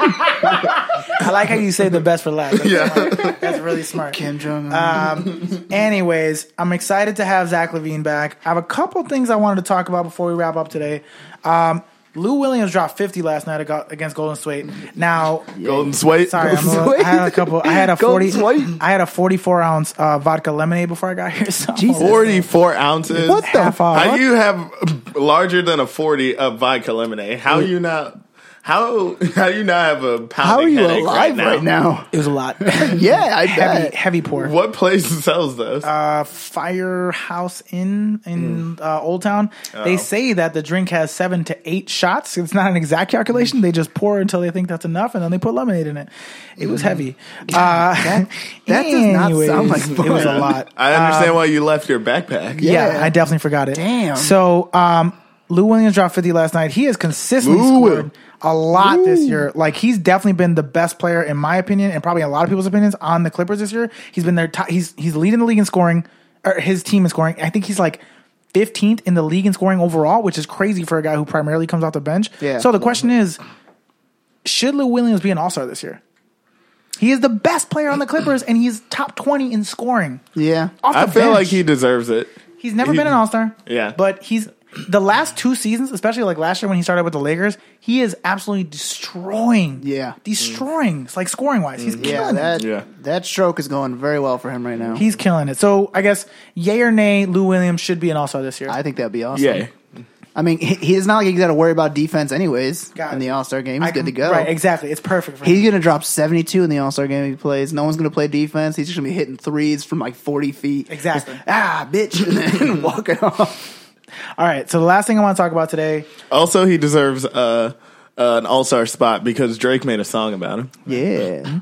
B: I like how you say the best for last. That's,
A: Yeah.
B: smart. That's really smart.
C: Kim Jong
A: Uh,
C: Un.
B: Anyways, I'm excited to have Zach Levine back. I have a couple things I wanted to talk about before we wrap up today. Um, Lou Williams dropped 50 last night ago- against Golden State. Now,
A: Golden Sway.
B: sorry, I'm a little- I had a couple. I had a
C: Golden
B: 40.
C: State.
B: I had a 44 ounce uh, vodka lemonade before I got here. So
C: Jesus.
A: Forty-four ounces.
C: What the
B: half off.
A: How you have larger than a forty of vodka lemonade? How you not? How how you not have a pounding
C: How are you
A: headache
C: alive
A: right, now?
B: It was a lot.
C: Yeah, I
B: heavy,
C: bet.
B: heavy pour.
A: What place sells those?
B: uh, Firehouse Inn in
C: Mm.
B: uh, Old Town.
C: Oh.
B: They say that the drink has seven to eight shots. It's not an exact calculation. They just pour until they think that's enough, and then they put lemonade in it. It was
C: Mm-hmm.
B: heavy. Uh, that
C: that does not sound like
B: it was a
C: fun.
B: lot.
A: I understand why you left your backpack.
B: uh, Yeah.
C: Yeah.
B: I definitely forgot it.
C: Damn.
B: So, um, Lou Williams dropped 50 last night. He has consistently
A: Lou.
B: scored a lot this year. Like, he's definitely been the best player, in my opinion, and probably a lot of people's opinions, on the Clippers this year. He's been their top, he's, he's leading the league in scoring, or his team in scoring. I think he's like 15th in the league in scoring overall, which is crazy for a guy who primarily comes off the bench.
C: Yeah.
B: So, the question is should Lou Williams be an all star this year? He is the best player on the Clippers, and he's top 20 in scoring.
C: yeah.
B: Off the
A: I feel
B: bench.
A: like he deserves it.
B: He's never been an All Star.
A: Yeah.
B: but he's the last two seasons, especially like last year when he started with the Lakers, he is absolutely destroying.
C: Yeah. Mm-hmm.
B: destroying. It's like scoring wise, he's
C: Yeah,
B: killing
C: that
B: it.
A: Yeah.
C: that stroke is going very well for him right now.
B: He's killing it. So I guess yay or nay, Lou Williams should be an All Star this year.
C: I think that'd be awesome.
A: Yeah.
C: I mean, he, he's not like he's got to worry about defense anyways
B: Got
C: in
B: it.
C: the All Star game. He's
B: I
C: good
B: can-
C: to go.
B: Right, exactly. It's perfect for him.
C: He's gonna drop seventy two in the All Star game he plays. No one's gonna play defense. He's just gonna be hitting threes from like forty feet.
B: Exactly.
C: Ah, bitch, and then walking off.
B: All right. So the last thing I want to talk about today.
A: Also, he deserves uh, uh, an all star spot because Drake made a song about him.
C: Yeah.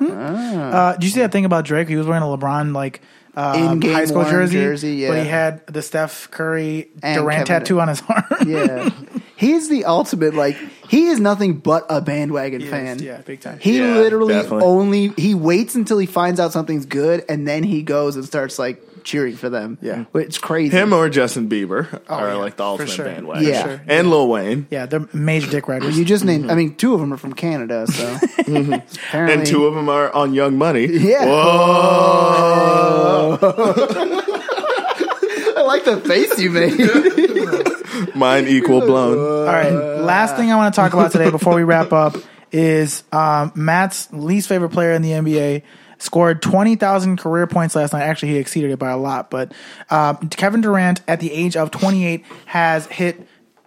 B: Uh, did you see that thing about Drake? He was wearing a LeBron like um,
C: In-game
B: high school
C: worn
B: jersey,
C: jersey, yeah.
B: but he had the Steph Curry
C: And
B: Durant
C: Kevin-
B: tattoo on his arm.
C: Yeah. He's the ultimate, like, he is nothing but a bandwagon
B: is,
C: fan.
B: yeah, big time.
C: He
A: Yeah,
C: literally
A: definitely.
C: only, he waits until he finds out something's good and then he goes and starts, like, cheering for them.
B: Yeah.
C: It's crazy.
A: Him uh, or Justin Bieber are
B: Oh, yeah,
A: like the
B: for
A: ultimate
B: sure.
A: bandwagon.
C: Yeah.
B: sure.
A: And Lil Wayne.
B: yeah, they're major dick riders.
C: You just named,
B: Mm-hmm.
C: I mean, two of them are from Canada, so. Apparently.
A: And two of them are on Young Money.
C: Yeah.
A: Whoa.
C: I like the face you made.
A: Mine equal blown.
B: All right. Last thing I want to talk about today before we wrap up is um, Matt's least favorite player in the NBA scored 20,000 career points last night. Actually, he exceeded it by a lot, but um, Kevin Durant at the age of 28 has hit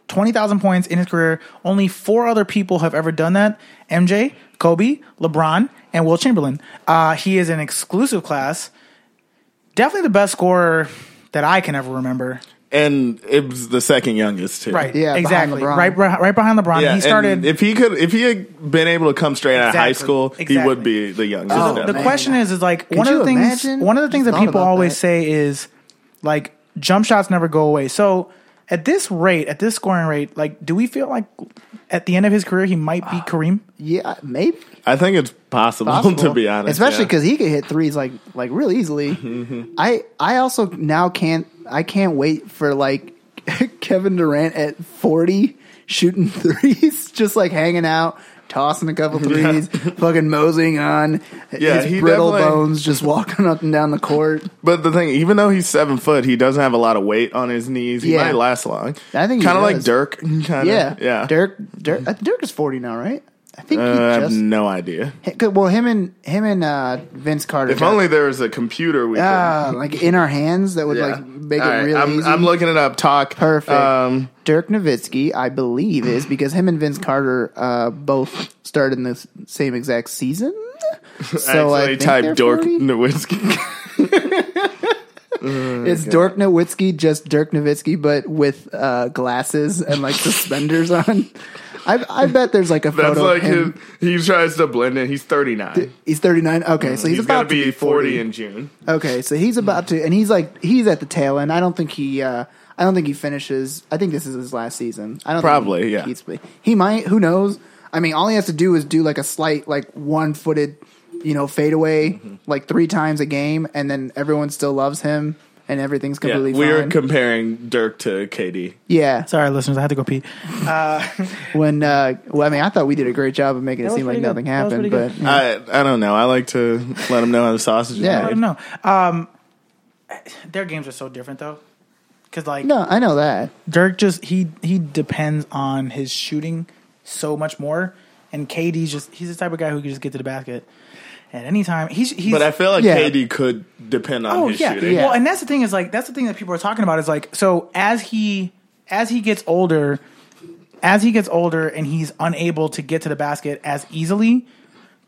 B: 20,000 points in his career. Only four other people have ever done that. MJ, Kobe, LeBron, and Will Chamberlain. Uh, he is an exclusive class. Definitely the best scorer that I can ever remember.
A: And it was the second youngest, too.
B: Right.
C: Yeah, behind
B: Exactly.
C: LeBron.
B: Right, right. Right behind LeBron.
A: Yeah,
B: he started.
A: and if he could, if he had been able to come straight out of high
B: Exactly,
A: school, he would
B: exactly.
A: be the youngest.
C: So
B: the,
A: definitely.
B: the question is, is like one of
C: you
B: the things.
C: imagine?
B: One of the things
C: Just
B: that
C: thought
B: people
C: about
B: always
C: that.
B: say is like jump shots never go away. So at this rate, at this scoring rate, like do we feel like at the end of his career he might
C: Ah.
B: be Kareem?
C: yeah, maybe.
A: I think it's possible,
C: possible.
A: to be honest,
C: especially
A: yeah. Mm-hmm.
C: because he could hit threes like like real easily. I I also now can't I can't wait for like Kevin Durant at forty shooting threes, just like hanging out, tossing a couple threes, fucking moseying on
A: Yeah,
C: his
A: he
C: brittle
A: definitely-
C: bones, just walking up and down the court.
A: But the thing, even though he's seven foot, he doesn't have a lot of weight on his knees. He
C: Yeah.
A: might last long.
C: I think he
A: kind of like
C: does.
A: Dirk. Kinda,
C: yeah,
A: yeah.
C: Dirk Dirk uh, Dirk is forty now, right? I think
A: Uh, I
C: he
A: have
C: just.
A: no idea.
C: hi- good- Well, him and him and uh, Vince Carter.
A: If
C: got-
A: only there was a computer we
C: uh, like in our hands, that would
A: could. Yeah.
C: like make
A: All
C: it
A: right,
C: really
A: I'm,
C: easy.
A: I'm looking it up. Talk.
C: Perfect.
A: Um,
C: Dirk Nowitzki, I believe, is because him and Vince Carter uh, both started in the s- same exact season. So
A: actually,
C: think
A: type
C: they're
A: Dirk
C: 40.
A: Nowitzki.
C: it's Dirk Nowitzki, just Dirk Nowitzki, but with uh, glasses and like suspenders on. I, I bet there's like a photo.
A: That's like
C: of him.
A: his, he tries to blend in. He's 39.
C: He's 39. Okay, so he's,
A: Mm, he's
C: about
A: going to be 40 in June.
C: Okay, so he's about
A: Hmm.
C: to, and he's like he's at the tail end. I don't think he, uh, I don't think he finishes. I think this is his last season. I don't
A: Probably,
C: Think
A: yeah.
C: He's, he might. Who knows? I mean, all he has to do is do like a slight, like one footed, you know, fadeaway,
A: Mm-hmm.
C: like three times a game, and then everyone still loves him, and everything's
A: Yeah,
C: completely
A: we're
C: fine.
A: comparing Dirk to KD.
C: yeah.
B: Sorry, listeners, I had to go pee.
C: When, uh, well, I mean, I thought we did a great job of making it
B: was
C: seem like
B: pretty good.
C: nothing
B: That was
C: happened, but
B: pretty
A: I I don't know. I like to let him know how the sausage is
C: Yeah.
B: I
A: made.
B: don't know. Um, their games are so different though, because like
C: no, I know that.
B: Dirk just he he depends on his shooting so much more, and KD's just he's the type of guy who can just get to the basket at any time. He's he's
A: But I feel like
C: Yeah.
A: KD could depend on
B: oh
A: his
B: yeah.
A: shooting.
C: Yeah.
B: Well, and that's the thing is like that's the thing that people are talking about is like so as he as he gets older, as he gets older and he's unable to get to the basket as easily.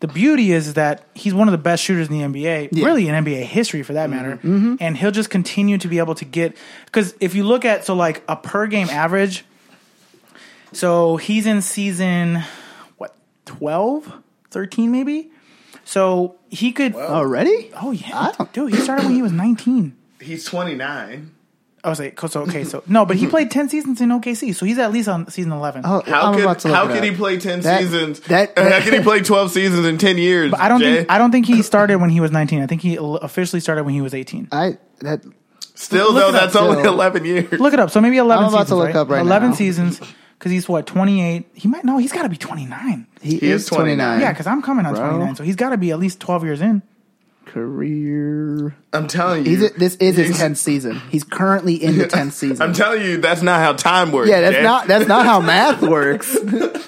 B: The beauty is that he's one of the best shooters in the NBA, really in NBA history for that matter, and he'll just continue to be able to get because if you look at so like a per game average, so he's in season what 12, 13 maybe, so he could
C: Already?
B: Oh yeah,
C: I don't-
B: dude. He started when he was nineteen.
A: He's 29.
B: I was like, so okay, so no, but he played ten seasons in OKC, so he's at least on season eleven.
C: Oh,
A: How
C: I'm about
A: could
C: to look
A: how
C: it
A: could he
C: up.
A: play 10
C: That-
A: seasons?
C: that-
A: how could he play 12 seasons in 10 years?
B: But I don't
A: Jay?
B: think I don't think he started when he was nineteen. I think he l- officially started when he was eighteen.
C: I that
A: Still
B: look
A: though,
B: it up,
A: that's only
C: Jill.
A: 11 years.
B: Look it up. So maybe eleven.
C: I'm about
B: seasons,
C: to look
B: right?
C: up right
B: Eleven
C: now.
B: seasons because he's what twenty eight. He might no, he's got to be twenty nine.
C: he,
A: He
C: is
A: is 29.
C: 29.
B: Yeah, because I'm coming on
C: Bro.
B: twenty nine, so he's got to be at least twelve years in.
C: career.
A: I'm telling you.
C: He's this is his
A: He's-
C: tenth season. He's currently in the tenth season.
A: I'm telling you that's not how time works.
C: yeah, that's
A: Jay.
C: not that's not how math works.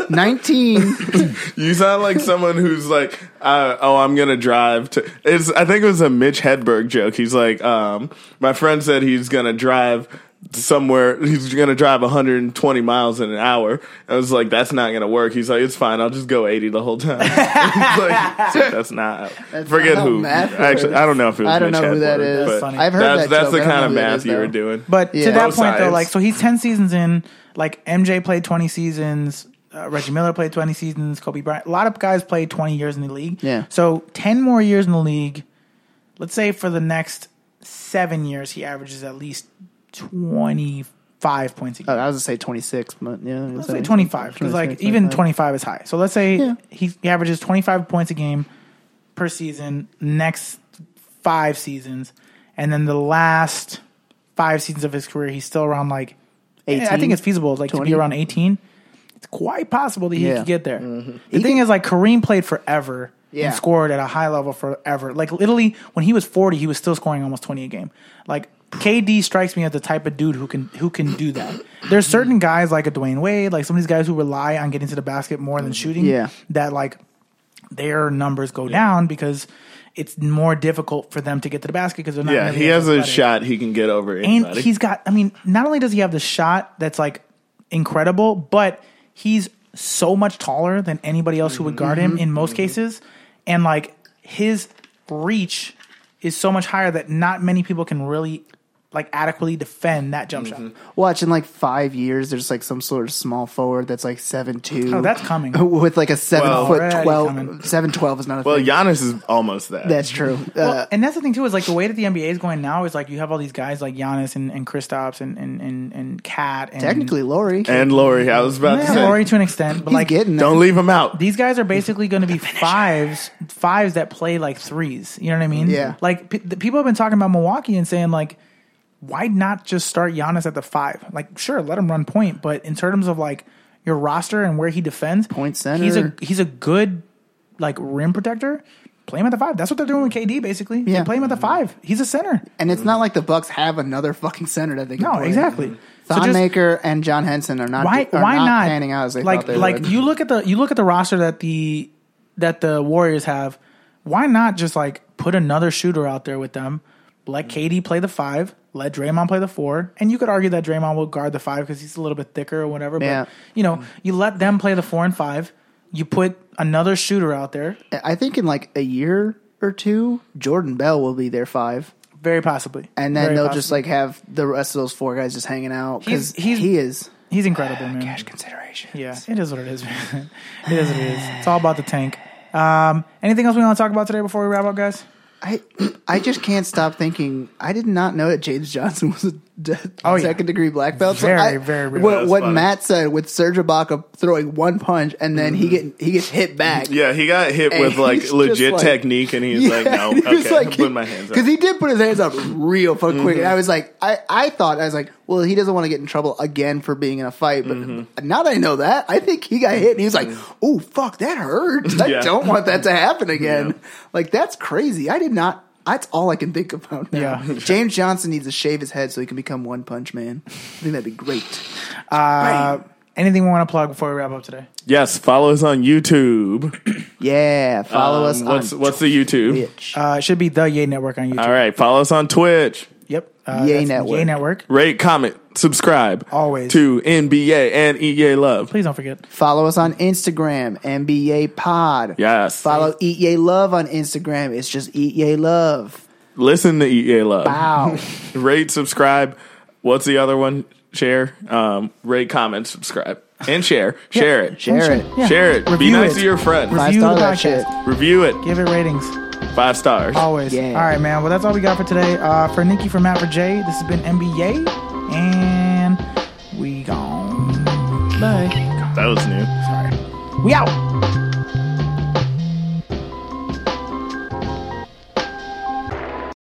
C: Nineteen. uh,
A: You sound like someone who's like, uh, oh, I'm gonna drive to. It's I think it was a Mitch Hedberg joke. He's like, um, my friend said he's gonna drive somewhere. He's gonna drive 120 miles in an hour. I was like, that's not gonna work. He's like, it's fine. I'll just go 80 the whole time. It's like, that's not. forget
C: not how
A: who.
C: math
A: Actually, I don't know if it was.
C: I don't
A: Mitch
C: know who that
A: Hedberg,
C: is.
A: but
B: funny.
C: I've heard
A: that's
C: that
A: that's
C: joke.
A: the
C: I don't
A: kind
C: know
A: of
C: who that
A: math
C: is,
A: you were
C: though.
A: doing.
B: But
C: Yeah.
B: to that
A: Both
B: point, though,
A: sides.
B: like so he's ten seasons in. Like MJ played twenty seasons. Uh, Reggie Miller played twenty seasons. Kobe Bryant. A lot of guys played twenty years in the league.
C: Yeah.
B: So ten more years in the league. Let's say for the next seven years, he averages at least twenty five points a game.
C: Oh, I was gonna say twenty six, but yeah,
B: Let's say 25 because like even 25 is high. So let's say
C: Yeah.
B: he he averages 25 points a game per season next five seasons, and then the last five seasons of his career, he's still around like 18. I
C: 18?
B: think it's feasible like to
C: 20?
B: be around 18. It's quite possible that he
C: Yeah.
B: could get there.
A: Mm-hmm.
B: The thing is like Kareem played forever.
C: Yeah.
B: And scored at a high level forever. Like literally, when he was forty, he was still scoring almost twenty a game. Like KD strikes me as the type of dude who can who can do that. There's certain guys like a Dwayne Wade, like some of these guys who rely on getting to the basket more than shooting.
C: Yeah.
B: that like their numbers go down because it's more difficult for them to get to the basket because they're not.
A: yeah,
B: nearly
A: he
B: as
A: has a
B: athletic.
A: shot he can get over
B: and
A: anybody.
B: he's got. I mean, not only does he have the shot that's like incredible, but he's so much taller than anybody else who would guard him in most cases, and like his reach is so much higher that not many people can really like adequately defend that jump shot.
C: Watch in like five years, there's like some sort of small forward that's like seven two.
B: Oh, that's coming.
C: with like a seven
A: Well-
C: foot
B: Already coming.
C: twelve. Seven twelve is not a
A: well,
C: thing.
A: Giannis is almost that.
C: That's true. uh,
B: Well, and that's the thing too is like the way that the NBA is going now is like you have all these guys like Giannis and and Kristaps and and and and Cat and
C: technically, Lori.
A: and Lori, I was about to
B: yeah,
A: say.
B: Lori to an extent, but
C: He's
B: like
C: getting there.
A: Don't leave him out.
B: these guys are basically going to be fives, fives that play like threes. You know what I mean?
C: Yeah.
B: Like p- the people have been talking about Milwaukee and saying like, why not just start Giannis at the five? Like, sure, let him run point, but in terms of like your roster and where he defends,
C: Point
B: he's a
C: center.
B: he's a good like rim protector. Play him at the five. That's what they're doing with KD basically. They
C: Yeah.
B: play him at the five. He's a center.
C: And it's not like the Bucks have another fucking center that they can
B: No,
C: play.
B: exactly. So just-
C: Thonmaker and John Henson are not
B: why
C: are
B: why
C: not,
B: not,
C: panning out as they
B: like
C: thought they
B: like
C: would.
B: you look at the you look at the roster that the that the Warriors have. Why not just like put another shooter out there with them?
C: Mm.
B: Let KD play the five. Let Draymond play the four. And you could argue that Draymond will guard the five because he's a little bit thicker or whatever. But
C: Yeah. Mm.
B: you know, you let them play the four and five. You put another shooter out there.
C: I think in like a year or two, Jordan Bell will be their five.
B: Very possibly.
C: and then
B: Very
C: they'll
B: possibly.
C: just like have the rest of those four guys just hanging out because
B: He's- he's-
C: he is
B: he's incredible, man.
C: cash consideration.
B: Yeah, it is what it is. man. it is what it is. It's all about the tank. Um, anything else we want to talk about today before we wrap up, guys?
C: I I just can't stop thinking. I did not know that James Johnson was a de-
B: Oh, yeah.
C: second degree black belt.
B: Very,
C: I-
B: very real.
A: That's
C: What, what
A: funny.
C: Matt said with Serge Ibaka throwing one punch and then he get he gets hit back.
A: Mm-hmm. Yeah, he got hit with
C: And
A: like
C: he's
A: legit
C: just like-
A: technique, and he's like, "No,
C: he was
A: okay, I'm putting my hands up." Mm-hmm.
C: because he did put his hands up real fucking quick. And I was like, I, I thought I was like, well, he doesn't want to get in trouble again for being in a fight. But
A: Mm-hmm.
C: now that I know that, I think he got hit, and he was like, oh fuck, that hurts. I
A: Yeah.
C: don't want that to happen again. Like that's crazy. I did not. That's all I can think about now.
B: Yeah.
C: James Johnson needs to shave his head so he can become One Punch Man. I think that'd be great.
B: Uh, anything we want to plug before we wrap up today?
A: yes, follow us on YouTube.
C: Yeah, follow
A: Um,
C: us
A: What's
C: on
A: what's the YouTube?
C: Twitch.
B: Uh, it should be the Yay Network on YouTube.
A: All right, follow us on Twitch.
B: Yep. Uh,
C: Yay
B: that's
C: Uh, Network.
B: Yay Network.
A: Rate, comment, subscribe.
B: Always.
A: to NBA and EA Love.
B: Please don't forget.
C: Follow us on Instagram, NBA Pod.
A: Yes,
C: Follow Eat Yay Love on Instagram. It's just Eat Yay Love.
A: listen to EA Love.
C: Wow.
A: Rate, subscribe. What's the other one? Share. Um, rate, comment, subscribe, and share. Share it.
C: Share it.
B: Yeah.
A: Share it. Be
B: Review
A: nice
B: it.
A: to your friends.
C: Five
B: Review
C: star
B: the
C: that
B: podcast.
C: shit.
A: Review it.
B: Give it ratings.
A: Five stars.
B: Always.
C: Yeah.
B: All right, man. Well, that's all we got for today. Uh, for Nikki, for Matt, for Jay, this has been NBA, and we gone. Bye.
A: That was new.
B: Sorry. We out.